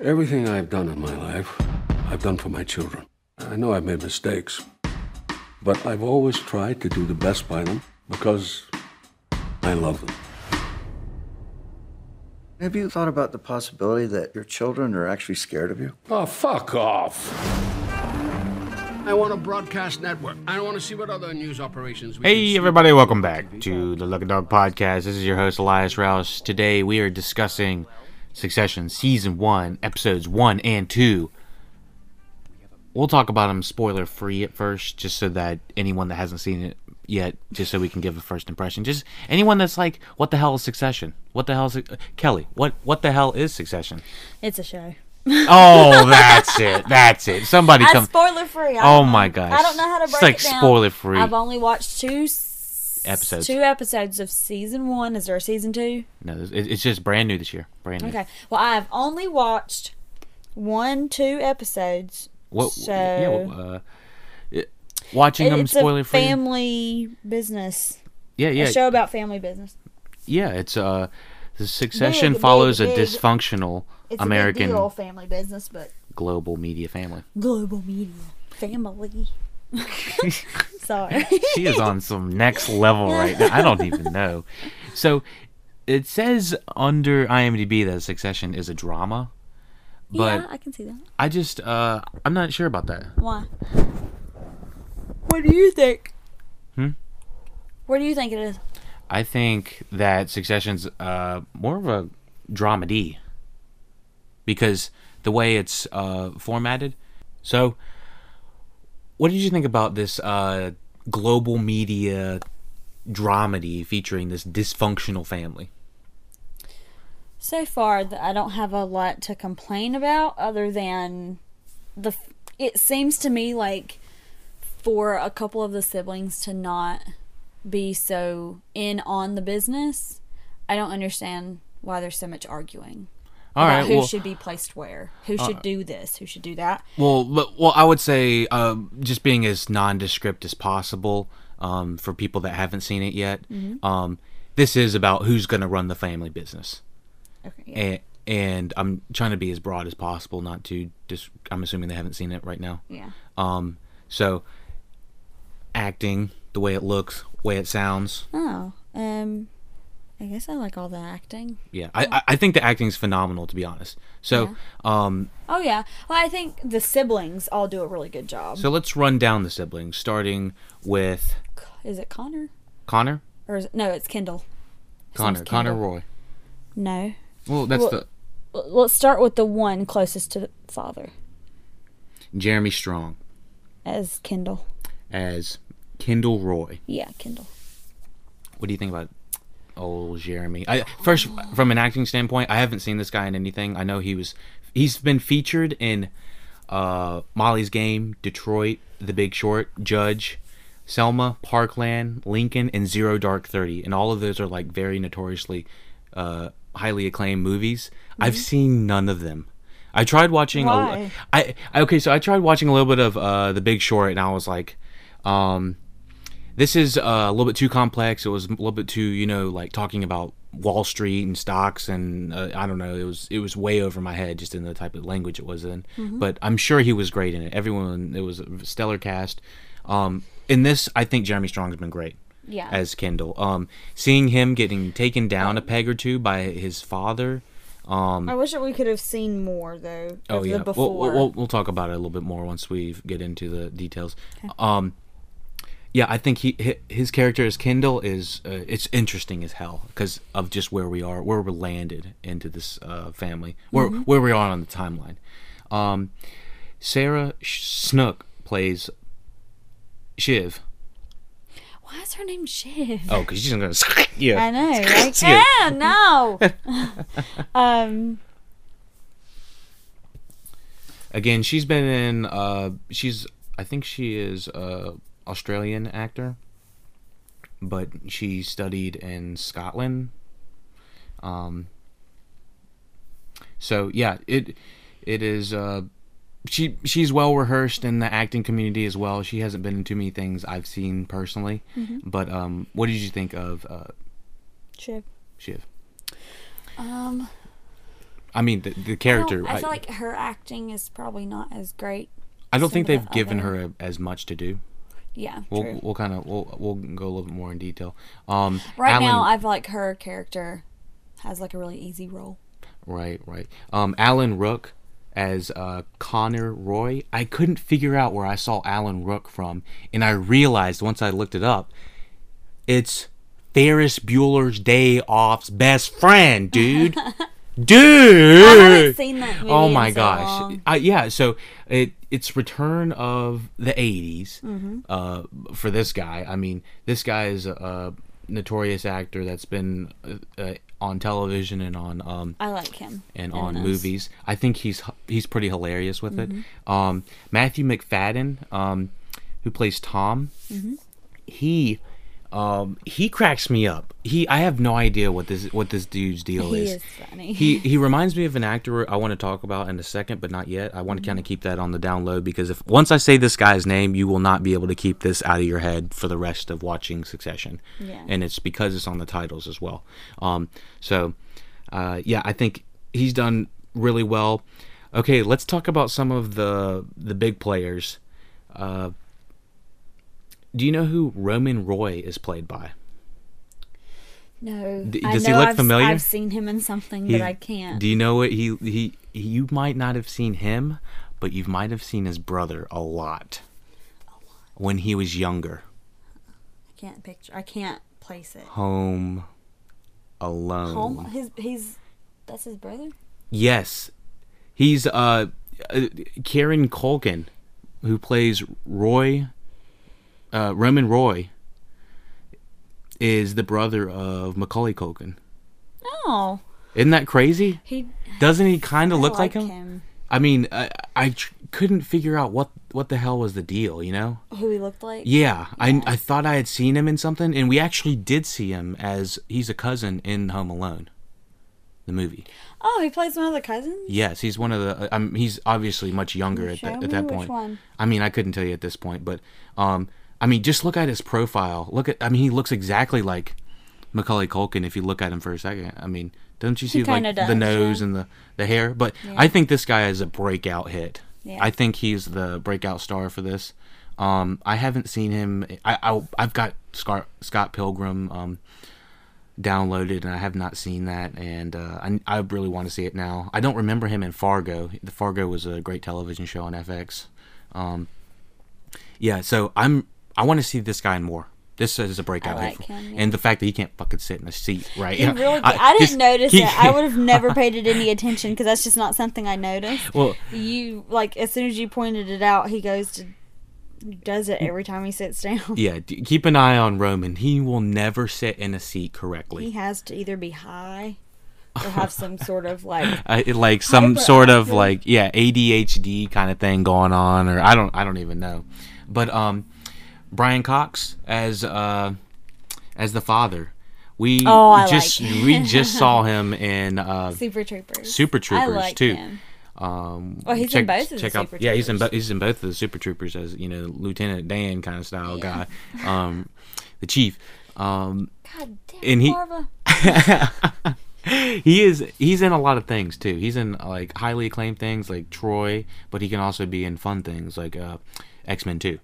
Everything I've done in my life, I've done for my children. I know I've made mistakes, but I've always tried to do the best by them because I love them. Have you thought about the possibility that your children are actually scared of you? Oh, fuck off. I want a broadcast network. I want to see what other news operations we can Hey see. everybody, welcome back to the Lucky Dog Podcast. This is your host Elias Rouse. Today we are discussing Succession Season 1, Episodes 1 and 2. We'll talk about them spoiler free at first, just so that anyone that hasn't seen it yet, just so we can give a first impression. Just anyone that's like, what the hell is Succession? What the hell is Suc- Kelly? What what the hell is Succession? It's a show. Oh, that's it. That's it. Somebody I come. spoiler free. I Oh don't- my gosh. I don't know how to It's break like it down. spoiler free. I've only watched two s- Episodes. Two episodes of season one. Is there a season two? No, it- it's just brand new this year. Brand new. Okay. Well, I have only watched one, two episodes. What? So yeah. well, uh, it- watching It- them it's spoiler a free. family business. yeah, yeah, A show about family business. yeah. It's uh, the succession big, follows a big. dysfunctional It's a American big deal, family business, but global media family. global media family. Sorry. she is on some next level right now. I don't even know. So it says under IMDb that Succession is a drama, but yeah, I can see that. I just uh, I'm not sure about that. Why? What do you think? Hmm? What do you think it is? I think that Succession's uh, more of a dramedy because the way it's uh, formatted. So, what did you think about this uh, global media dramedy featuring this dysfunctional family? So far, th- I don't have a lot to complain about other than the. f- It seems to me like for a couple of the siblings to not be so in on the business, I don't understand why there's so much arguing. All about right, who well, uh, should be placed where? Who should do this? Who should do that? well, but, well, I would say uh, just being as nondescript as possible um, for people that haven't seen it yet. Mm-hmm. Um, this is about who's going to run the family business. Okay, yeah. and, and I'm trying to be as broad as possible, not to just. I'm assuming they haven't seen it right now. yeah. Um, so acting, the way it looks, way it sounds, Oh, um, I guess I like all the acting. yeah. I I, I think the acting is phenomenal, to be honest. So um, Oh yeah. Well, I think the siblings all do a really good job. so let's run down the siblings, starting with is it Connor Connor, or is it, no? It's Kendall. His Connor, name's Connor Kendall. Roy. No. Well, that's Well- the L- Let's start with the one closest to the father Jeremy Strong as Kendall. as Kendall Roy. Yeah, Kendall. What do you think about old Jeremy? I first from an acting standpoint, I haven't seen this guy in anything. I know he was he's been featured in uh Molly's Game, Detroit, The Big Short, Judge, Selma, Parkland, Lincoln, and Zero Dark Thirty. And all of those are like very notoriously uh highly acclaimed movies. I've seen none of them. I tried watching Why? A, I, I okay, so I tried watching a little bit of uh The Big Short and I was like um this is uh, a little bit too complex. It was a little bit too, you know, like talking about Wall Street and stocks, and uh, I don't know. It was it was way over my head just in the type of language it was in. But I'm sure he was great in it. Everyone, it was a stellar cast. Um, in this, I think Jeremy Strong's been great. Yeah. As Kendall, um, seeing him getting taken down a peg or two by his father. I wish that we could have seen more though. Oh of yeah, The We'll- before. We'll, we'll we'll talk about it a little bit more once we get into the details. Um, yeah, I think he hi- his character as Kendall is uh, it's interesting as hell because of just where we are, where we're landed into this uh, family, where Mm-hmm. where we are on the timeline. Um, Sarah Sh- Snook plays Shiv. Why is her name Shiv? Oh, because she's gonna yeah. I know. Like, Excuse- ah, no. um. Again, she's been in. Uh, she's. I think she is a Australian actor, but she studied in Scotland. Um. So yeah, it it is. Uh, she she's well rehearsed in the acting community as well. She hasn't been in too many things I've seen personally, Mm-hmm. but um, what did you think of uh, Shiv. Shiv? Um. I mean, the, the character. I, feel like her acting is probably not as great. I don't think some of they've the given other- her a, as much to do. Yeah, We'll true. we'll kind of we'll we'll go a little bit more in detail. Um, right Alan- now, I feel like her character has like a really easy role. Right, right. Um, Alan Rook as uh, Connor Roy. I couldn't figure out where I saw Alan Rook from, and I realized once I looked it up, it's Ferris Bueller's Day Off's best friend, dude. dude. I haven't seen that movie. Oh in my so gosh! long. I, yeah, so it it's return of the '80s Mm-hmm. uh, for this guy. I mean, this guy is a, a notorious actor that's been uh, uh, on television and on um, I like him. and in on this. movies. I think he's he's pretty hilarious with Mm-hmm. it. Um, Matthew McFadden, um, who plays Tom, Mm-hmm. he um, he cracks me up. He I have no idea what this what this dude's deal He is. is funny. He he reminds me of an actor I want to talk about in a second, but not yet. I want to kind of keep that on the down low because if once I say this guy's name, you will not be able to keep this out of your head for the rest of watching Succession. Yeah. And it's because it's on the titles as well. Um, so, uh, yeah, I think he's done really well. Okay, let's talk about some of the the big players. Uh, do you know who Roman Roy is played by? No, D- I does he know look I've, familiar? I've seen him in something, He- but I can't. Do you know what he, he he you might not have seen him, but you might have seen his brother a lot. When he was younger. I can't picture. I can't place it. Home alone. Home. His. He's. That's his brother. Yes. He's uh uh, Karen Culkin who plays Roy uh Roman Roy is the brother of Macaulay Culkin. Oh, Isn't that crazy? he Doesn't he kind of I look like him? I mean, I, I tr- couldn't figure out what what the hell was the deal, you know? Who he looked like? Yeah, I I thought I had seen him in something, and we actually did see him as he's a cousin in Home Alone, the movie. Oh, he plays one of the cousins. Yes, he's one of the. I mean, he's obviously much younger at, Show that me at that which point. one. I mean, I couldn't tell you at this point, but um, I mean, just look at his profile. Look at. I mean, he looks exactly like Macaulay Culkin if you look at him for a second. I mean, don't you see like kinda the does, nose yeah. and the the hair? But I think this guy is a breakout hit. Yeah. I think he's the breakout star for this. Um, I haven't seen him. I, I I've got Scar, Scott Pilgrim. Um, downloaded and I have not seen that and uh, I, I really want to see it now. I don't remember him in Fargo. The Fargo was a great television show on FX. Um, yeah, so I'm I want to see this guy more. This is a breakout. I hit like for- him, yeah. And the fact that he can't fucking sit in a seat, right? He Yeah, really. I, didn't just- notice he- it. I would have never paid it any attention because that's just not something I noticed. Well, You like as soon as you pointed it out, he goes to does it every time he sits down. yeah, d- keep an eye on Roman. He will never sit in a seat correctly. He has to either be high or have some sort of like I, it- like some sort of like yeah ADHD kind of thing going on, or I don't I don't even know. But um, Brian Cox as uh as the father, we Oh, I just like him. we just saw him in uh Super Troopers. Super I Troopers like too. him. Um, Well, Oh, he's in both of the Super yeah, he's in bo- Troopers. he's in both of the Super Troopers as you know Lieutenant Dan kind of style guy, um, the chief. Um, God damn, And he- Marva. he is he's in a lot of things too. He's in like highly acclaimed things like Troy, but he can also be in fun things like uh, X Men Two.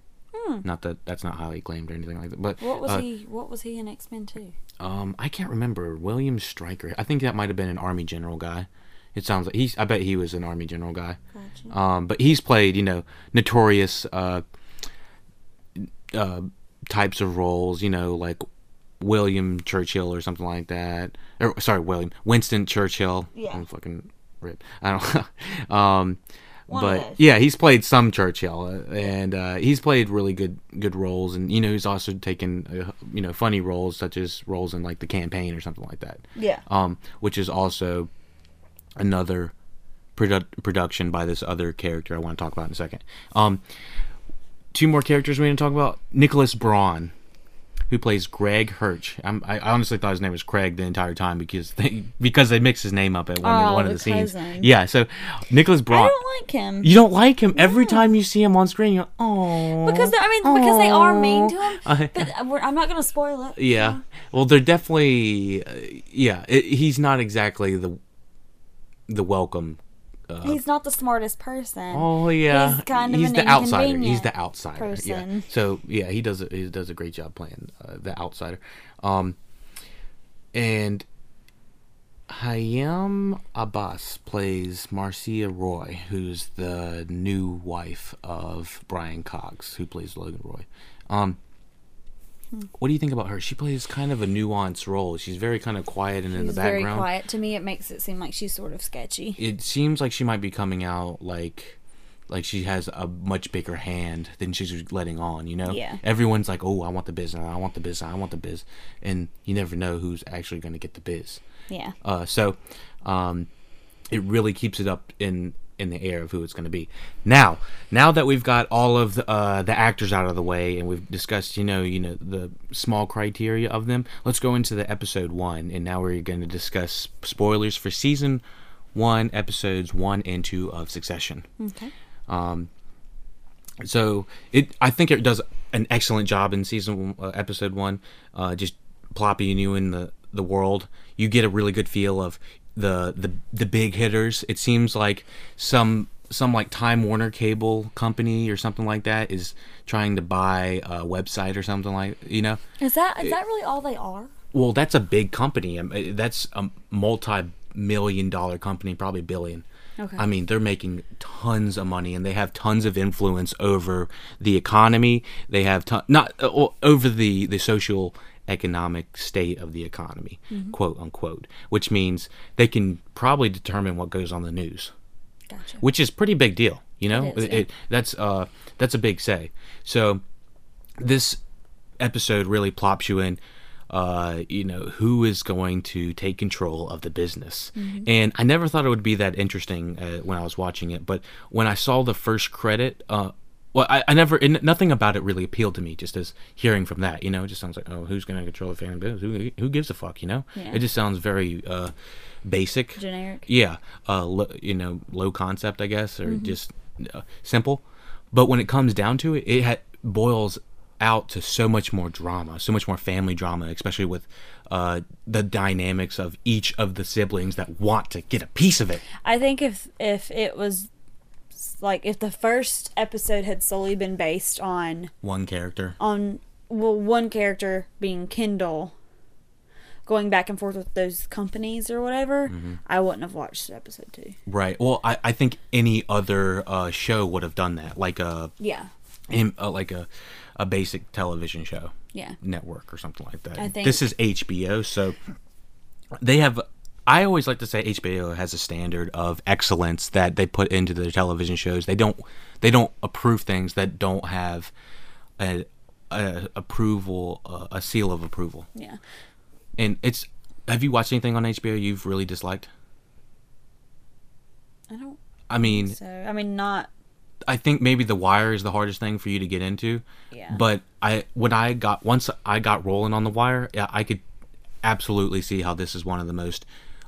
Not that that's not highly acclaimed or anything like that. But Hmm. What was uh, he? What was he in X Men Two? Um, I can't remember William Stryker. I think that might have been an army general guy. It sounds like he's. I bet he was an army general guy. Gotcha. Um, but he's played, you know, notorious uh, uh, types of roles, you know, like William Churchill or something like that. Or sorry, William Winston Churchill. Yeah. I'm fucking ripped. I don't. um, One of but those. yeah, he's played some Churchill, uh, and uh, he's played really good good roles, and you know, he's also taken uh, you know funny roles such as roles in like the campaign or something like that Yeah. um, which is also another produ- production by this other character I want to talk about in a second. Um, two more characters we're going to talk about: Nicholas Braun, who plays Greg Hirsch. I'm, I I honestly thought his name was Craig the entire time because they because they mixed his name up at one Oh, one of the the scenes. cousin. Yeah, so Nicholas I Braun. don't like him. Uh, you don't like him every time you see him on screen. You're oh because they're- I mean, because they are mean to him. but uh, we're, I'm not gonna spoil it. Yeah. Well, they're definitely. Uh, yeah, it, he's not exactly the the welcome. he's not the smartest person. Oh yeah, He's kind of He's an the outsider. He's inconvenient the outsider. Yeah. person. So yeah, he does a, he does a great job playing uh, the outsider. Um, and Hayam Abbas plays Marcia Roy, who's the new wife of Brian Cox, who plays Logan Roy. Um, Hmm. what do you think about her? She plays kind of a nuanced role. She's very kind of quiet and in the He's background very quiet. To me, it makes it seem like she's sort of sketchy. it seems like she might be coming out like like she has a much bigger hand than she's letting on, you know? Yeah. Everyone's like, Oh, I want the biz and I want the biz, I want the biz and you never know who's actually gonna get the biz. Yeah. Uh so um it really keeps it up in in the air of who it's going to be. Now, now that we've got all of the, uh, the actors out of the way and we've discussed, you know, you know the small criteria of them, let's go into the episode one, and now we're going to discuss spoilers for season one, episodes one and two of Succession. Okay. So it, I think it does an excellent job in season uh, episode one, uh, just plopping you in the the world. You get a really good feel of the the the big hitters. It seems like some some like Time Warner Cable company or something like that is trying to buy a website or something like you know. Is that is that really all they are? Well, that's a big company. Um, uh, That's a multi-million dollar company, probably billion. Okay. I mean, they're making tons of money, and they have tons of influence over the economy. They have ton- not uh, o- over the the social economic state of the economy, quote unquote, which means they can probably determine what goes on the news Gotcha. which is pretty big deal. You know, is, yeah. that's uh, that's a big say. So this episode really plops you in. Uh, you know who is going to take control of the business, Mm-hmm. and I never thought it would be that interesting uh, when I was watching it. But when I saw the first credit, uh, well, I, I never and nothing about it really appealed to me. Just as hearing from that, you know, it just sounds like oh, who's going to control the family business? Who, who gives a fuck? You know, Yeah. it just sounds very uh, basic, Generic. Mm-hmm. yeah uh lo- you know low concept i guess or just uh, simple but when it comes down to it it ha- boils out to so much more drama so much more family drama especially with uh the dynamics of each of the siblings that want to get a piece of it I think if if it was like if the first episode had solely been based on one character on well one character being Kendall going back and forth with those companies or whatever, Mm-hmm. I wouldn't have watched episode two. right well i i think any other uh show would have done that like uh, a Yeah. in, uh, like a a basic television show Yeah. network or something like that. I think- this is HBO, so they have. I always like to say HBO has a standard of excellence that they put into their television shows. They don't they don't approve things that don't have a, a approval uh, a seal of approval. Yeah. And it's have you watched anything on HBO you've really disliked? I don't I mean, so I mean not I think maybe The Wire is the hardest thing for you to get into. Yeah. But I when I got once I got rolling on The Wire, yeah, I could absolutely see how this is one of the most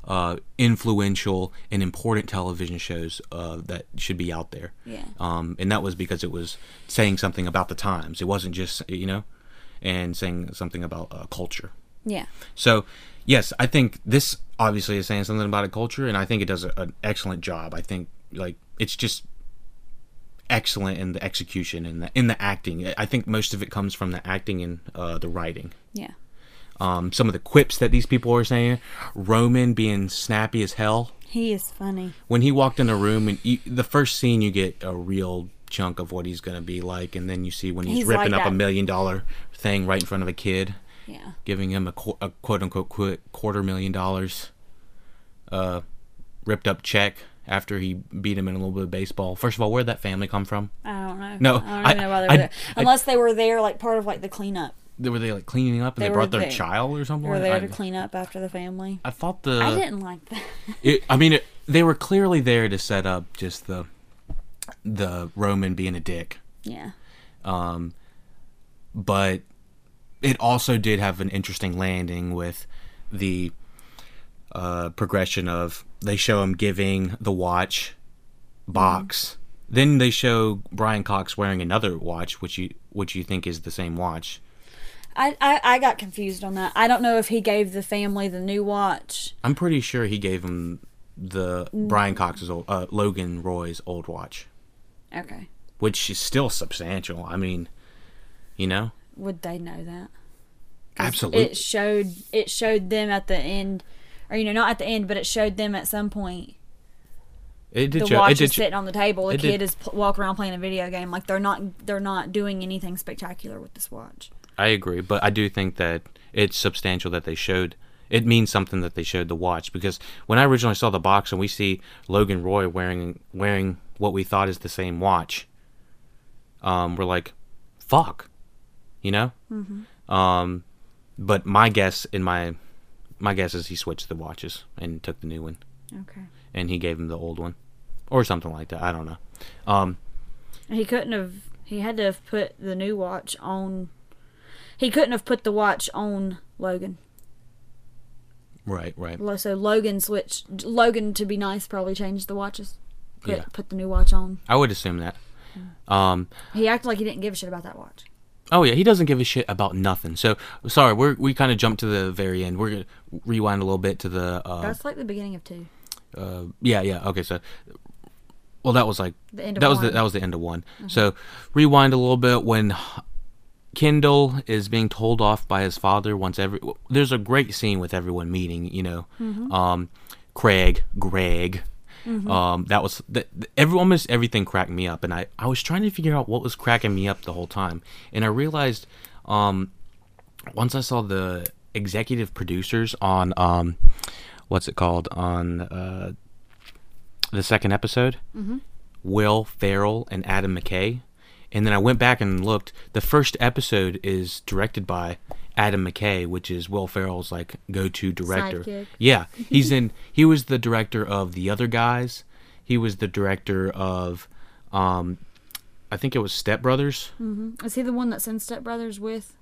uh, influential and important television shows uh, that should be out there. Yeah. Um, and that was because it was saying something about the times. It wasn't just you know, and saying something about uh, culture. yeah. So, yes, I think this obviously is saying something about a culture, and I think it does a, an excellent job. I think like it's just excellent in the execution and the, in the acting. I think most of it comes from the acting and uh, the writing. Yeah. Um, some of the quips that these people are saying, Roman being snappy as hell He is funny. when he walked in the room and you, the first scene you get a real chunk of what he's gonna be like and then you see when he's, He's ripping like up a that. million dollar thing right in front of a kid Yeah. giving him a, qu- a quote unquote qu- quarter million dollars uh, ripped up check after he beat him in a little bit of baseball. First of all, where'd that family come from? I don't know. No, I don't I- even know why they were I- there. I- Unless they were there like part of like the cleanup. They were they like cleaning up and They they, were brought their there. child or something? They were like- there I, Uh, to clean up after the family. I thought the I didn't like that. it, I mean, it, they were clearly there to set up just the the Roman being a dick, yeah. but it also did have an interesting landing with the uh, progression of they show him giving the watch box. Mm-hmm. Then they show Brian Cox wearing another watch, which you which you think is the same watch. I, I, I got confused on that. I don't know if he gave the family the new watch. I'm pretty sure he gave him the Mm. Brian Cox's old uh, Logan Roy's old watch, Okay. which is still substantial. I mean, you know, Would they know that? absolutely. It showed it showed them at the end or you know, not at the end, but it showed them at some point. It did The show. It watch is did. Show, sitting on the table. The it did- kid is p- walking around playing a video game. Like they're not they're not doing anything spectacular with this watch. I agree, but I do think that it's substantial that they showed. It means something that they showed the watch because when I originally saw the box and we see Logan Roy wearing wearing what we thought is the same watch, um, we're like, "Fuck," you know. Um, but my guess in my my guess is he switched the watches and took the new one Okay. and he gave him the old one or something like that. I don't know. Um, He couldn't have. He had to have put the new watch on. He couldn't have put the watch on Logan. right, right. Lo- So Logan switched. Logan, to be nice, probably changed the watches. Put, Yeah. put the new watch on. I would assume that. Um, He acted like he didn't give a shit about that watch. Oh yeah, he doesn't give a shit about nothing. So sorry, we're, we kind of jumped to the very end. We're gonna rewind a little bit to the uh, That's like the beginning of two. uh yeah yeah okay so well that was like The end of that was the one. that was the end of one. So rewind a little bit when Kendall is being told off by his father once every there's a great scene with everyone meeting you know Mm-hmm. um Craig Greg. Um, that was that. Every almost everything cracked me up, and I I was trying to figure out what was cracking me up the whole time, and I realized, um, once I saw the executive producers on um, what's it called on uh, the second episode, Mm-hmm. Will Farrell and Adam McKay, and then I went back and looked. The first episode is directed by Adam McKay, which is Will Farrell's like go-to director. Sidekick. Yeah, he's in. He was the director of The Other Guys. He was the director of, um, I think it was Step Brothers. Mm-hmm. Is he the one that's in Step Brothers with?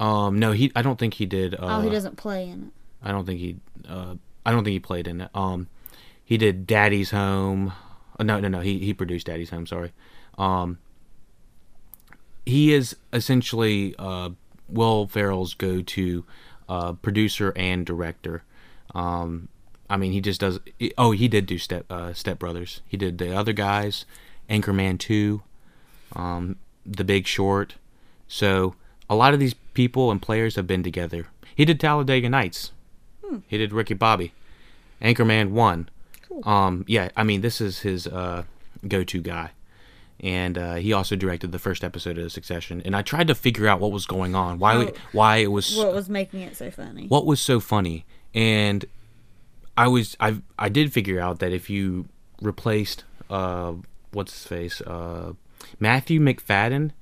Um, no, he. I don't think he did. Uh, Oh, he doesn't play in it. I don't think he. Uh, I don't think he played in it. Um, he did Daddy's Home. Uh, no, no, no. He he produced Daddy's Home. Sorry. Um, he is essentially uh, Will Ferrell's go-to uh, producer and director. Um, I mean, he just does. he- oh, he did do Step uh, Step Brothers. He did the other guys, Anchorman Two, um, The Big Short. So a lot of these people and players have been together. He did Talladega Nights. He did Ricky Bobby, Anchorman One. Um, yeah, I mean this is his uh, go-to guy, and uh, he also directed the first episode of Succession. And I tried to figure out what was going on, why it- why it was What was making it so funny? what was so funny and i was i i did figure out that if you replaced uh what's his face uh matthew mcfadden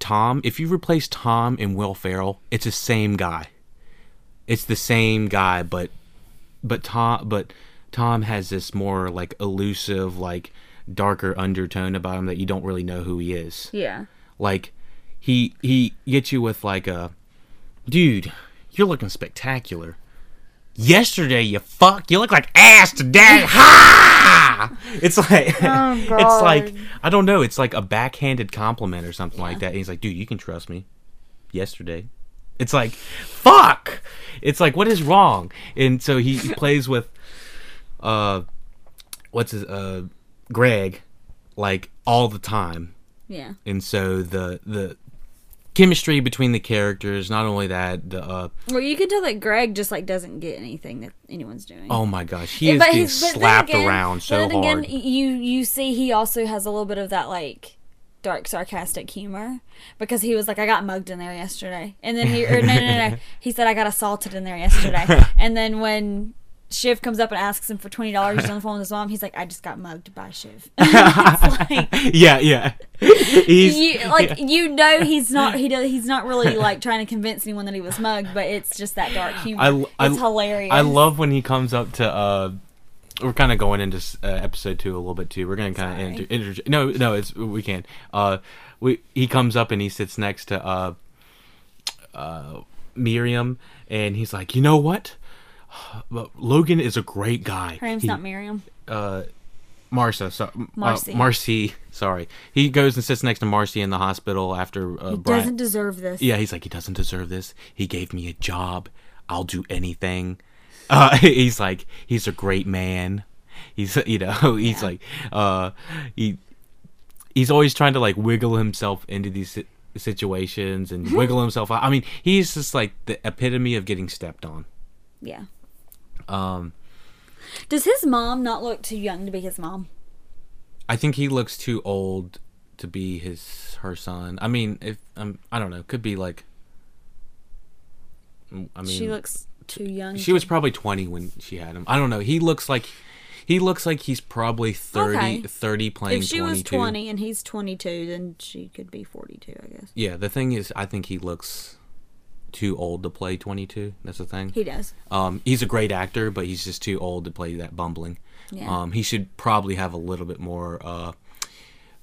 tom if you replace tom and will farrell it's the same guy it's the same guy but but tom but tom has this more like elusive like darker undertone about him that you don't really know who he is Yeah. like he he gets you with like a dude, you're looking spectacular. Yesterday you fuck, you look like ass today. Ha! It's like it's like I don't know, it's like a backhanded compliment or something like that. And he's like, "Dude, you can trust me." Yesterday. It's like, "Fuck." It's like, "What is wrong?" And so he he plays with uh what's his uh Greg like all the time Yeah. and so the the chemistry between the characters not only that the uh Well, you can tell that Greg just like doesn't get anything that anyone's doing. oh my gosh he is but getting he's- but then slapped again- around so but then hard Again, you you see he also has a little bit of that like dark sarcastic humor because he was like I got mugged in there yesterday and then he or no no no, no. he said I got assaulted in there yesterday and then when Shiv comes up and asks him for twenty dollars he's on the phone with his mom he's like I just got mugged by Shiv it's like yeah yeah he's you like you know he's not he does he's not really like trying to convince anyone that he was mugged but it's just that dark humor I, l- I it's l- hilarious I love when he comes up to. uh We're kind of going into s- uh, episode two a little bit too. We're gonna kind of inter- inter- no, no, it's we can. Uh, we he comes up and he sits next to uh, uh, Miriam, and he's like, you know what? But Logan is a great guy. her name's He- not Miriam Marcia, so, uh, Marcy. Marcy, sorry. He goes and sits next to Marcy in the hospital after uh, Brian. doesn't deserve this Yeah, he's like, he doesn't deserve this. He gave me a job. I'll do anything. Uh, he's like he's a great man. He's you know he's like uh he he's always trying to like wiggle himself into these si- situations Mm-hmm. and wiggle himself out. I mean, he's just like the epitome of getting stepped on. Yeah. Um. Um, Does his mom not look too young to be his mom? I think he looks too old to be his her son. I mean, if um, I don't know, could be like. Mm, I mean, She looks too young. she was probably 20 when she had him. I don't know. He looks like he looks like he's probably 30 Okay. 30 playing If she 22. was twenty and he's twenty-two, then she could be forty-two, I guess. Yeah, the thing is I think he looks too old to play 22. That's the thing. He does. Um he's a great actor, but he's just too old to play that bumbling. Yeah. Um he should probably have a little bit more uh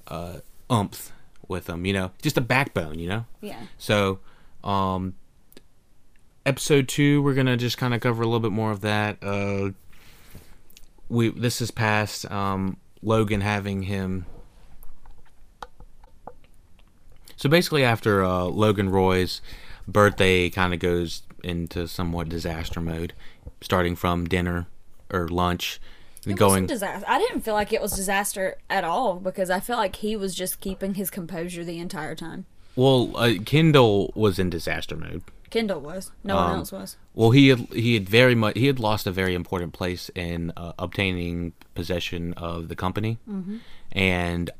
uh umph with him, you know. Just a backbone, you know. Yeah. So, um, episode two, we're gonna just kind of cover a little bit more of that. Uh, we this is past um, Logan having him. So basically, after uh, Logan Roy's birthday, kind of goes into somewhat disaster mode, starting from dinner or lunch, going. disaster. I didn't feel like it was disaster at all because I feel like he was just keeping his composure the entire time. well, uh, Kendall was in disaster mode. Kendall was. No Um, one else was. Well, he had, he had very much he had lost a very important place in uh, obtaining possession of the company, Mm-hmm. and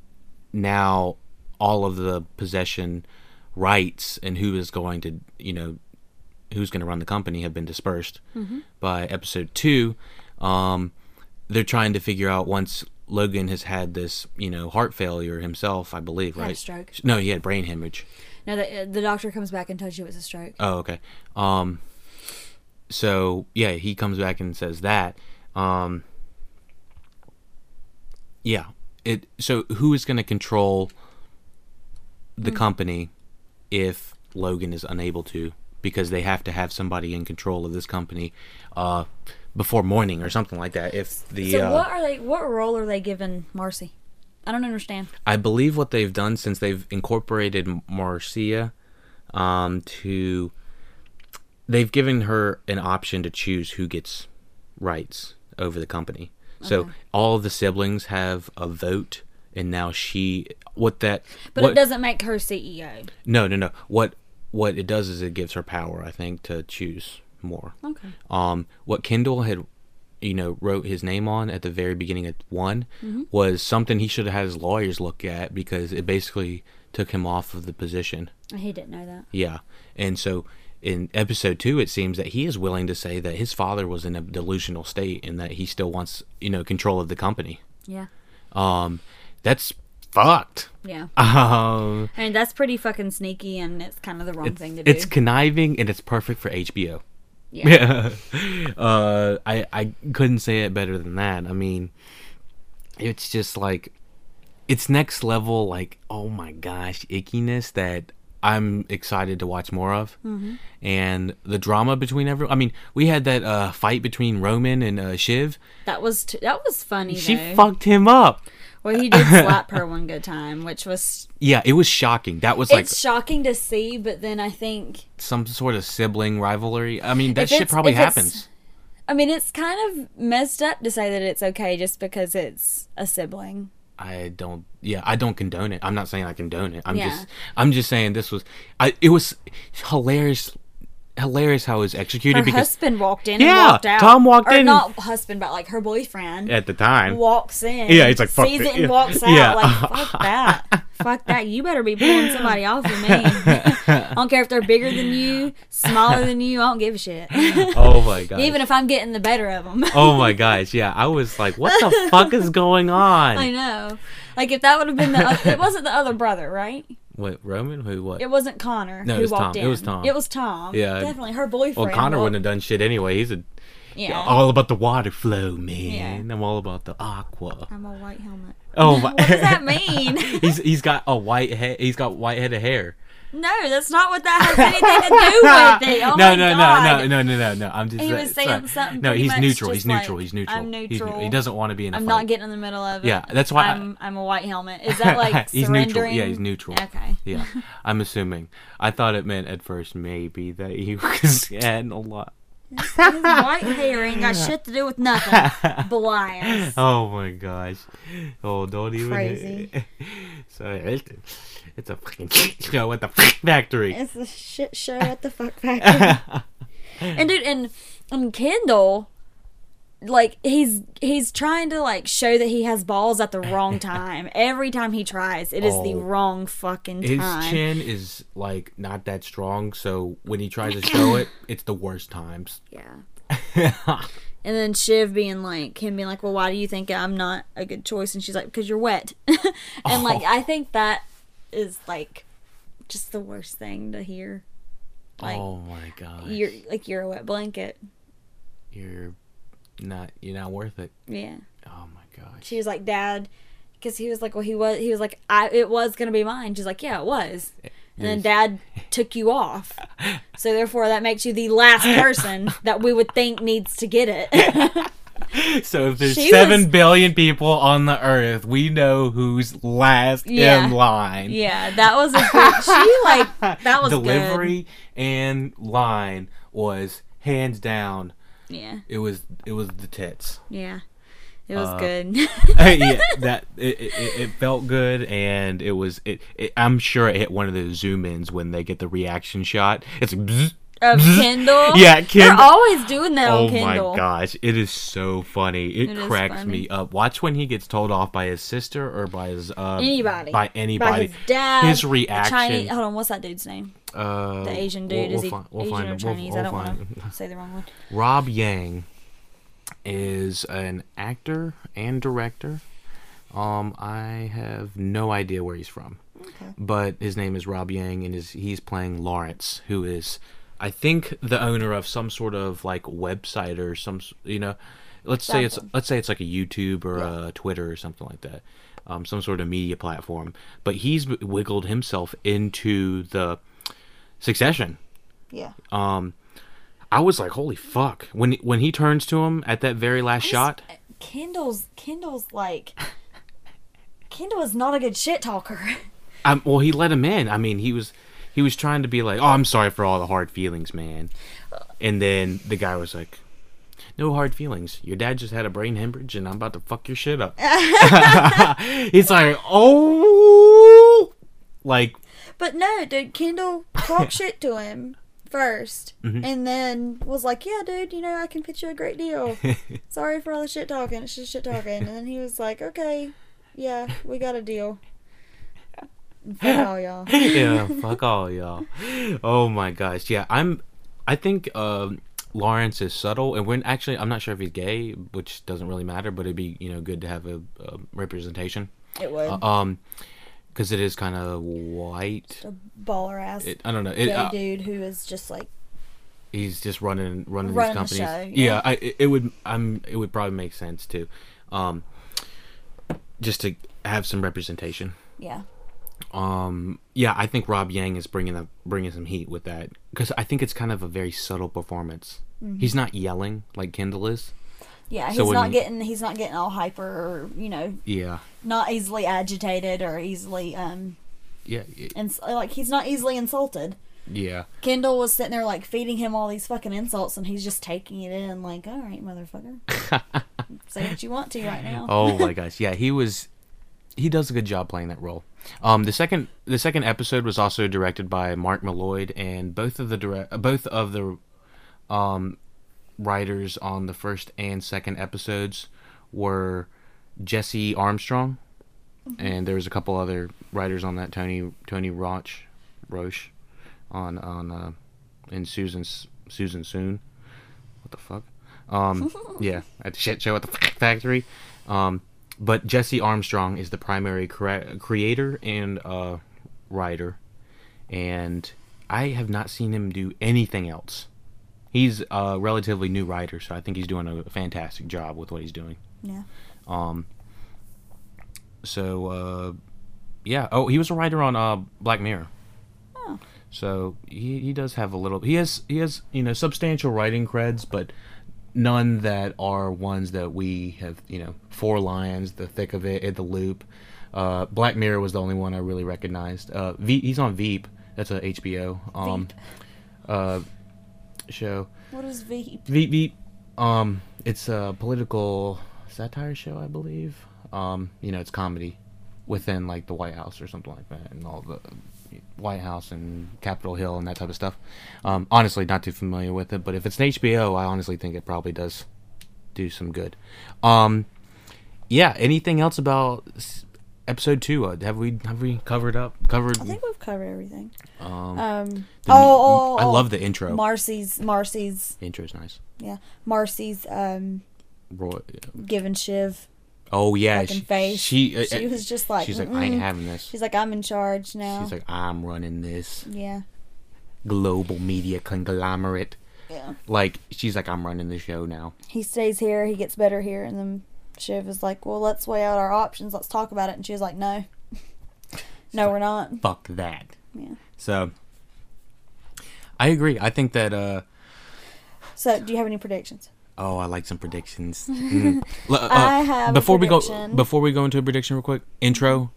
now all of the possession rights and who is going to you know who's going to run the company have been dispersed Mm-hmm. by episode two. Um, they're trying to figure out once Logan has had this you know heart failure himself, I believe, a right? stroke. No, he had brain hemorrhage. No, the, the doctor comes back and tells you it's a stroke. Oh, okay. Um, so yeah, he comes back and says that. Um, yeah. It. So who is going to control the Hmm. company if Logan is unable to? Because they have to have somebody in control of this company uh, before morning or something like that. If the So uh, what are they? What role are they giving Marcy? I don't understand. I believe what they've done since they've incorporated Marcia um, to they've given her an option to choose who gets rights over the company. So all of the siblings have a vote and now she what that But what, it doesn't make her E CEO. no no no what what it does is it gives her power I think to choose more. Okay. Um, what Kendall had, you know, wrote his name on at the very beginning of one was something he should have had his lawyers look at because it basically took him off of the position. He didn't know that. Yeah, and so in episode two, it seems that he is willing to say that his father was in a delusional state and that he still wants, you know, control of the company. Yeah. Um, that's fucked. Yeah. Um, I mean, that's pretty fucking sneaky, and it's kind of the wrong thing to do. it's conniving and it's perfect for HBO. Yeah. uh, I I couldn't say it better than that. I mean, it's just like it's next level. Like oh my gosh, ickiness that I'm excited to watch more of, Mm-hmm. and the drama between everyone. I mean, we had that uh, fight between Roman and uh, Shiv. that was t- that was funny. She though. fucked him up. Well, he did slap her one good time, which was Yeah, it was shocking. That was like it's shocking to see. But then I think some sort of sibling rivalry. I mean, that If shit it's- probably if it's- happens. I mean, it's kind of messed up to say that it's okay just because it's a sibling. I don't. Yeah, I don't condone it. I'm not saying I condone it. I'm Yeah. just. I'm just saying this was. I. It was hilarious. Hilarious how it was executed Her because husband walked in Yeah, and walked out. Tom walked or in and- Not husband, but like her boyfriend at the time. walks in. Yeah, he's like, "Fuck sees it." it and Yeah. walks out. Yeah. Like, fuck that. fuck that. You better be pulling somebody off of me. I don't care if they're bigger than you, smaller than you. I don't give a shit. oh my god. Even if I'm getting the better of them. oh my gosh. Yeah, I was like, what the fuck is going I on? know. Like if that would have been the oth- it wasn't the other brother, right? Wait, Roman? Who? What? It wasn't Connor No, it who was walked Tom. in. It was Tom. It was Tom. Yeah. definitely her boyfriend. well, Connor walked- wouldn't Oh. have done shit anyway. He's a, Yeah. all about the water flow, man. I'm all about the aqua. I'm a white helmet. Oh my. What does that mean? he's he's got a white head. He's got white head of hair. no, that's not what that has anything to do with it. Oh no, my no, God. no, no, no, no, no, no. I'm just. He uh, was saying sorry. something No, pretty he's much neutral. just He's neutral. like, He's neutral. "I'm He's neutral. he neutral. doesn't want to be in a I'm fight. not getting in the middle of it. Yeah, that's why I- I'm I'm a white helmet. Is that like he's neutral. surrendering? Yeah, he's neutral. Okay. Yeah, I'm assuming. I thought it meant at first maybe that he was had a lot His white hair ain't got shit to do with nothing. Belial. Oh my gosh. Oh, don't even. Crazy. so it's, it's a fucking show at the factory. It's a shit show at the fuck factory. And dude, and and Kendall, like he's he's trying to like show that he has balls at the wrong time. Every time he tries, it is the Oh. wrong fucking His time. chin is like not that strong, so when he tries to show it, it's the worst times. Yeah. and then Shiv being like, him being like, well, why do you think I'm not a good choice? And she's like, because you're wet. and like, Oh. I think that is like just the worst thing to hear. Like, oh my gosh. you're like, you're a wet blanket. you're not you're not worth it. Yeah. Oh my gosh. She was like, dad, because he was like, well, he was, he was like, I, it was going to be mine. She's like, yeah, it was. And then dad took you off. So therefore, that makes you the last person that we would think needs to get it. So if there's She seven billion was- people on the earth, we know who's last Yeah. in line. yeah, that was a good, she like, that was good. Delivery and line was hands down. Yeah, It was it was the tits. yeah. It was Uh, good. yeah, that it, it, it it felt good, and it was. It, it I'm sure it hit one of those zoom ins when they get the reaction shot. It's like, bzzz. of Kindle. Yeah, They're Kindle. always doing that oh on Kindle. my gosh, it is so funny. It, It is cracks funny. me up. Watch when he gets told off by his sister or by his uh, Anybody. by anybody. his dad. his the reaction. Chinese, hold on, what's that dude's name? uh, The Asian we'll- dude. is we'll he fi- we'll Asian find or him. We'll- Chinese? we'll I don't find want him. to say the wrong one. Rob Yang is an actor and director. Um, I have no idea where he's from, but his name is Rob Yang, and is he's playing Lawrence, who is, I think, the owner of some sort of like website or some, s- you know, let's say it's let's say it's like a YouTube or a Twitter or something like that, um, some sort of media platform. But he's w- wiggled himself into the Succession. yeah. I was like, "Holy fuck!" When when he turns to him at that very last shot, Kindle's Kindle's like Kindle is not a good shit talker. um, well, he let him in. I mean, he was he was trying to be like, "Oh, I'm sorry for all the hard feelings, man," and then the guy was like, "No hard feelings. Your dad just had a brain hemorrhage, and I'm about to fuck your shit up." He's like, "Oh, like But no, dude, Kendall talked shit to him 1st Mm-hmm. and then was like, "Yeah, dude, you know I can pitch you a great deal. Sorry for all the shit talking. It's just shit talking." And then he was like, "Okay, yeah, we got a deal." Fuck all y'all. yeah, fuck all y'all. Oh my gosh. Yeah, I'm I think um Lawrence is subtle and when actually I'm not sure if he's gay, which doesn't really matter, but it'd be, you know, good to have a, a representation. It would Um cuz it is kind of white. A baller ass It, I don't know. It, gay uh, dude who is just like he's just running running, Running the these companies. show, yeah, yeah. I it, it would I'm it would probably make sense to um just to have some representation. yeah. Um, yeah, I think Rob Yang is bringing up bringing some heat with that because I think it's kind of a very subtle performance. He's not yelling like Kendall is. Yeah, he's So when not you- getting he's not getting all hyper or, you know, Yeah, not easily agitated or easily um yeah, y- ins- like he's not easily insulted. yeah. Kendall was sitting there like feeding him all these fucking insults and he's just taking it in like, "All right, motherfucker. Say what you want to right now." Oh my gosh, yeah, he was. He does a good job playing that role. Um, the second the second episode was also directed by Mark Malloyd, and both of the direct uh, both of the um writers on the first and second episodes were Jesse Armstrong, and there was a couple other writers on that Tony Tony Roach, Roche, on on uh, and Susan S- Susan Soon. What the fuck? Um, yeah, at the shit show at the factory. Um, but Jesse Armstrong is the primary cre- creator and uh, writer, and I have not seen him do anything else. He's a relatively new writer, so I think he's doing a fantastic job with what he's doing. Yeah. So, uh, yeah. Oh, he was a writer on uh, Black Mirror. So he, he does have a little. He has he has you know substantial writing creds, but none that are ones that we have you know Four Lions, The Thick of It, The Loop. Uh, Black Mirror was the only one I really recognized. Uh, v, he's on Veep. That's a HBO. Um, Uh, um, show. What is Veep? Veep Veep. Um, it's a political satire show, I believe. Um, you know, it's comedy within like the White House or something like that, and all the White House and Capitol Hill and that type of stuff. Um, honestly, not too familiar with it, but if it's an HBO, I honestly think it probably does do some good. Um, yeah. Anything else about s- episode two? Uh, have we have we covered up covered? I think we've covered everything. Um, the- oh, oh, I oh, love the intro. Marcy's Marcy's Intro's nice. yeah Marcy's um Roy, giving Shiv. oh yeah, Fucking she, face. she, uh, She uh, was just like, she's like, I ain't "Mm-mm." having this. She's like I'm in charge now. She's like, I'm running this yeah, global media conglomerate. yeah. Like, she's like, I'm running the show now. He stays here. He gets better here, and then Shiv is like, well, let's weigh out our options. Let's talk about it. And she was like, no, no, we're not. Fuck that. Yeah. So, I agree. I think that. uh So, do you have any predictions? Oh, I like some predictions. Mm. L- uh, I have a before we go prediction. before we go into a prediction real quick. Intro,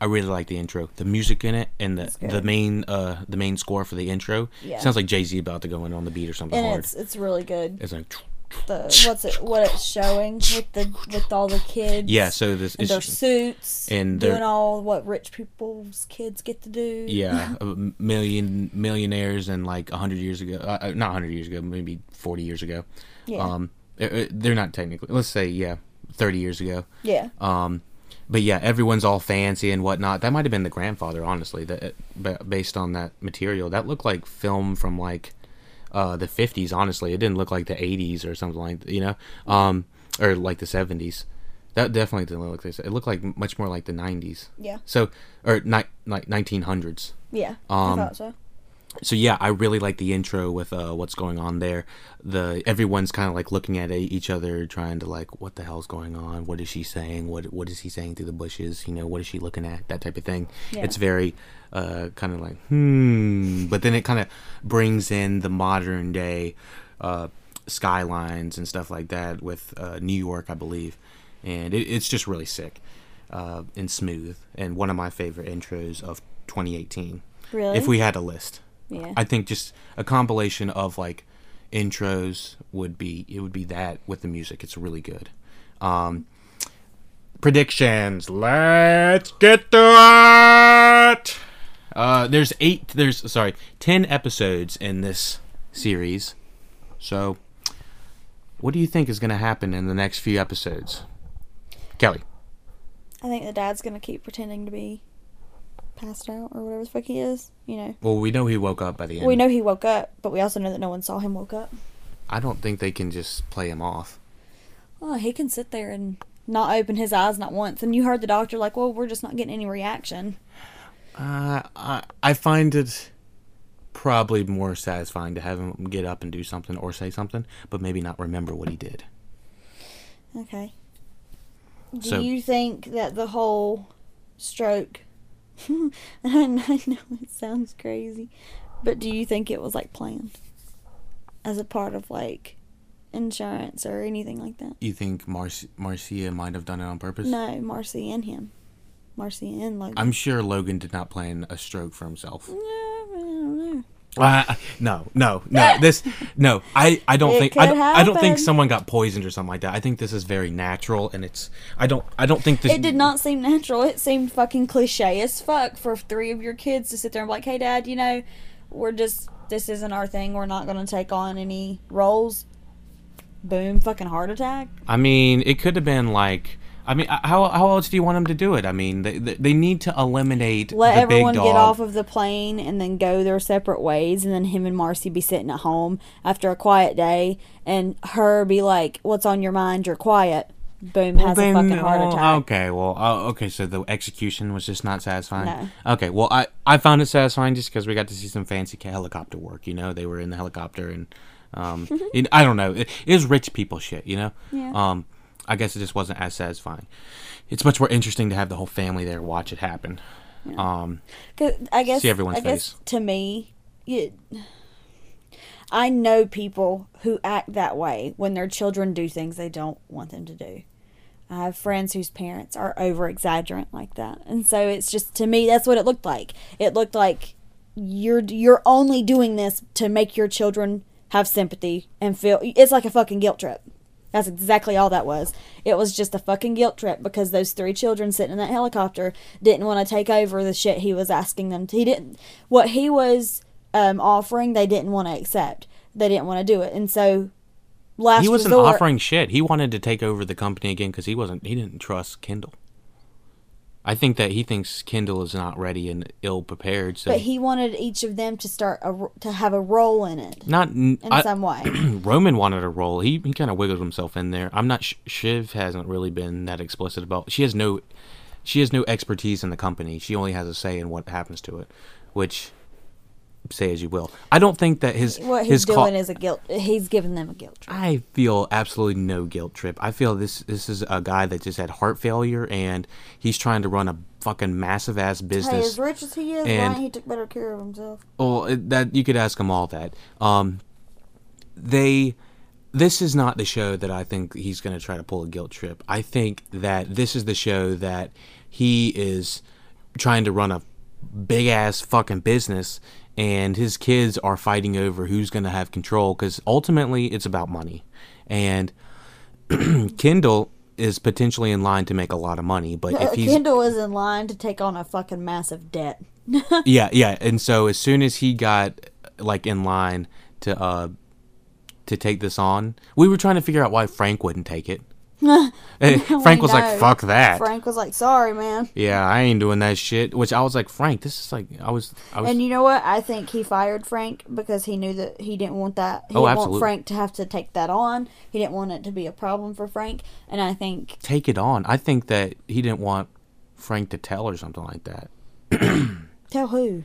I really like the intro. The music in it and the, the good. main uh the main score for the intro Yeah. sounds like Jay Z about to go in on the beat or something And hard. it's it's really good. It's like The what's it what it's showing with the with all the kids. yeah. So this and their is suits and and their- doing all what rich people's kids get to do. yeah a million millionaires and like hundred years ago, uh, uh, not hundred years ago, maybe forty years ago. Yeah. Um, they're, they're not technically. Let's say yeah, thirty years ago. Yeah. Um, but yeah, everyone's all fancy and whatnot. That might have been the grandfather, honestly. That uh, ba- based on that material, that looked like film from like uh, the fifties. Honestly, it didn't look like the eighties or something like you know, um, or like the seventies. That definitely didn't look like this. It looked like much more like the nineties. Yeah. So or ni- like nineteen hundreds. yeah. Um, I thought so. So yeah, I really like the intro with uh, what's going on there. The everyone's kind of like looking at e- each other, trying to like, what the hell's going on? What is she saying? What what is he saying through the bushes? You know, what is she looking at? That type of thing. It's very uh, kind of like hmm, but then it kind of brings in the modern day uh, skylines and stuff like that with uh, New York, I believe, and it, it's just really sick uh, and smooth and one of my favorite intros of 2018. Really? If we had a list. Yeah. I think just a compilation of like intros would be it would be that with the music. It's really good. Um predictions. Let's get to it. Uh there's 8 there's sorry, 10 episodes in this series. So what do you think is going to happen in the next few episodes? Kelly. I think the dad's gonna keep pretending to be passed out or whatever the fuck he is. You know. Well, we know he woke up by the end. We know he woke up, but we also know that no one saw him woke up. I don't think they can just play him off. Oh, he can sit there and Not open his eyes not once. And you heard the doctor like, Well, we're just not getting any reaction. Uh, I I find it probably more satisfying to have him get up and do something or say something, but maybe not remember what he did. Okay. Do So- you think that the whole stroke I know it sounds crazy, but do you think it was like planned as a part of like insurance or anything like that? You think Marci- Marcia might have done it on purpose? No, Marcy and him. Marcy and Logan. I'm sure Logan did not plan a stroke for himself. No, I don't know. Uh, no, no, no. This, no. I, I don't It think. I could don't, I don't think happen. someone got poisoned or something like that. I think this is very natural, and it's. I don't. I don't think this. It did not seem natural. It seemed fucking cliche as fuck for three of your kids to sit there and be like, hey, dad, you know, we're just, this isn't our thing. We're not going to take on any roles. Boom, fucking heart attack. I mean, it could have been like. I mean, how, how else do you want them to do it? I mean, they, they, they need to eliminate Let the everyone big get dog. off of the plane and then go their separate ways. And then him and Marcy be sitting at home after a quiet day and her be like, what's on your mind? You're quiet. Boom, has a Then- fucking heart well, attack. Okay, well, oh, okay, so the execution was just not satisfying. No. Okay, well, I, I found it satisfying just because we got to see some fancy ca- helicopter work. You know, they were in the helicopter and, um, it- I don't know, it, it was rich people shit. You know, Yeah. um, I guess it just wasn't as satisfying. It's much more interesting to have the whole family there watch it happen. Um, 'Cause I guess See everyone's I guess face. to me, you, I know people who act that way when their children do things they don't want them to do. I have friends whose parents are over exaggerant like that, and so it's just to me that's what it looked like. It looked like you're you're only doing this to make your children have sympathy and feel it's like a fucking guilt trip. That's exactly all that was. It was just a fucking guilt trip because those three children sitting in that helicopter didn't want to take over the shit he was asking them to. He didn't what he was um, offering. They didn't want to accept. They didn't want to do it, and so last he wasn't resort, offering shit. He wanted to take over the company again because he wasn't. He didn't trust Kendall. I think that he thinks Kendall is not ready and ill prepared. So But he wanted each of them to start a, ro- to have a role in it not in in some way. Roman wanted a role. He he kind of wiggled himself in there. I'm not sh- Shiv hasn't really been that explicit about. She has no she has no expertise in the company. She only has a say in what happens to it, which say as you will. I don't think that his What he's his doing call- is a guilt. He's giving them a guilt trip. I feel absolutely no guilt trip. I feel this this is a guy that just had heart failure and he's trying to run a fucking massive ass Hey, business. as rich as he is, why and- ain't he took better care of himself? Well, it- that you could ask them all that. Um, they, this is not the show that I think he's going to try to pull a guilt trip. I think that this is the show that he is trying to run a big ass fucking business, and his kids are fighting over who's going to have control because ultimately it's about money, and Kendall is potentially in line to make a lot of money, but if he's Uh, Kendall is in line to take on a fucking massive debt. yeah yeah and so as soon as he got like in line to uh to take this on we were trying to figure out why frank wouldn't take it Eh, frank was like know. fuck that Frank was like, sorry, man. yeah i ain't doing that shit which i was like frank this is like i was i was And you know what? I think he fired Frank because he knew that he didn't want that. He Oh, didn't absolutely. want Frank to have to take that on. He didn't want it to be a problem for Frank. And I think take it on i think that he didn't want frank to tell or something like that Tell who?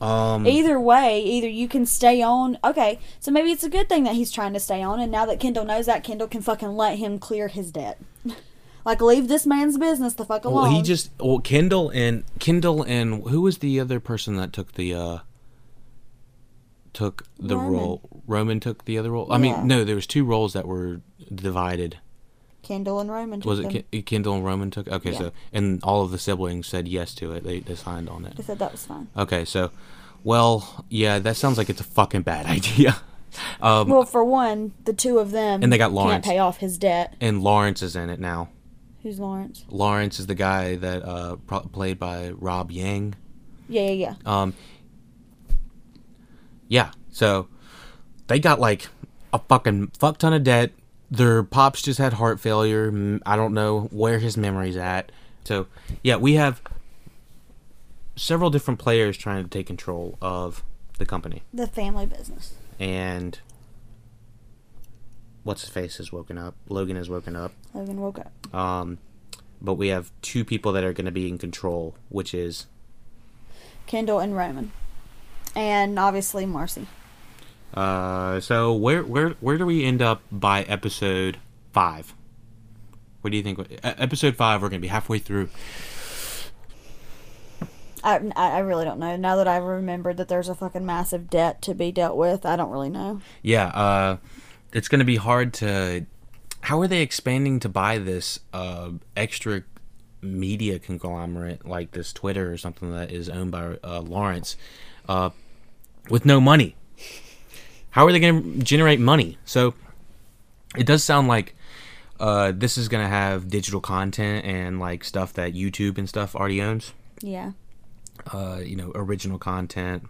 Um. Either way, either you can stay on. Okay, so maybe it's a good thing that he's trying to stay on, and now that Kendall knows that, Kendall can fucking let him clear his debt. like, leave this man's business the fuck alone. well he just well kendall and kendall and who was the other person that took the uh took the Roman. role roman took the other role i Yeah. mean no there was two roles that were divided Kendall and Roman. Was took it them. Ken- Kendall and Roman took? Okay, Yeah. so and all of the siblings said yes to it. They, they signed on it. They said that was fine. Okay, so, well, yeah, that sounds like it's a fucking bad idea. Um, Well, for one, the two of them And they got can't Lawrence. pay off his debt. and Lawrence is in it now. Who's Lawrence? Lawrence is the guy that uh, pro- played by Rob Yang. Yeah, yeah, yeah. Um, yeah, so they got like a fucking fuck ton of debt. Their pops just had heart failure. Mm, I don't know where his memory's at. So yeah, we have several different players trying to take control of the company, the family business. and what's his face has woken up. Logan has woken up. Logan woke up. Um, but we have two people that are going to be in control, which is Kendall and Roman, and obviously Marcy. Uh, so where where where do we end up by episode five? What do you think? e- Episode five, we're gonna be halfway through. I, I I really don't know. Now that I remembered that there's a fucking massive debt to be dealt with, I don't really know. Yeah, uh, it's gonna be hard to. How are they expanding to buy this uh, extra media conglomerate like this Twitter or something that is owned by uh, Lawrence uh, with no money? How are they gonna generate money? So it does sound like uh, this is gonna have digital content and like stuff that YouTube and stuff already owns Yeah. uh, you know original content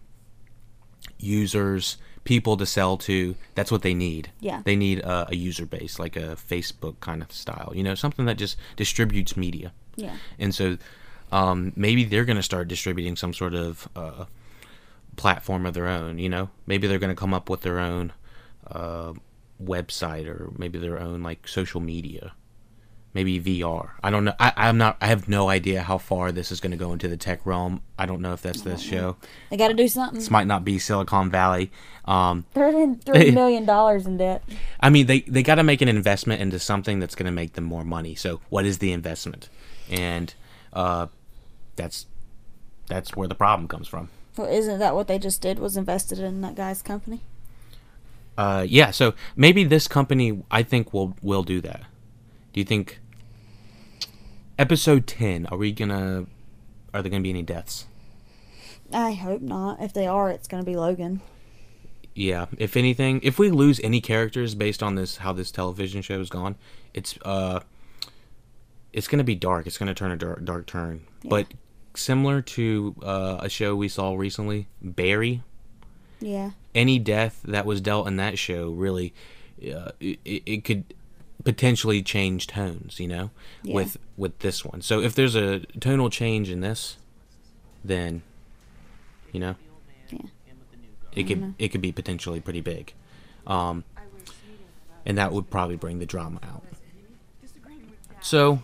users people to sell to that's what they need Yeah. they need a, a user base like a facebook kind of style you know something that just distributes media Yeah. and so um, maybe they're going to start distributing some sort of uh, platform of their own you know maybe they're going to come up with their own uh, website or maybe their own like social media maybe vr i don't know I, i'm not i have no idea how far this is going to go into the tech realm i don't know if that's this show They got to do something. this might not be silicon valley um, They're in three million dollars in debt. i mean they, they got to make an investment into something that's going to make them more money so what is the investment and uh, that's that's where the problem comes from Well, isn't that what they just did? Was invested in that guy's company? uh, yeah so maybe this company i think will will do that do you think episode 10 are we gonna are there gonna be any deaths I hope not. If they are, it's going to be Logan. yeah, if anything, if we lose any characters based on this how this television show is gone, it's uh it's going to be dark. It's going to turn a dark dark turn. But similar to uh, a show we saw recently, Barry, Yeah. any death that was dealt in that show really uh, it, it could potentially change tones you know with with this one so if there's a tonal change in this then you know it could it could be potentially pretty big um and that would probably bring the drama out so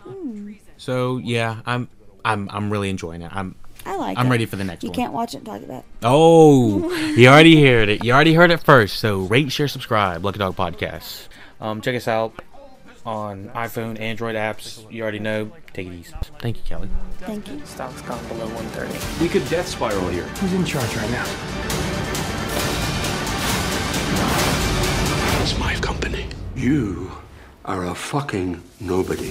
so yeah i'm i'm i'm really enjoying it i'm I like i'm it. ready for the next You one can't watch it and talk about it. Oh, you already heard it. You already heard it first. So rate, share, subscribe. Lucky Dog Podcast. Um, check us out on iPhone, Android apps. You already know. Take it easy. Thank you, Kelly. Thank you. Stock's gone below 130. We could death spiral here. Who's in charge right now? It's my company. You are a fucking nobody.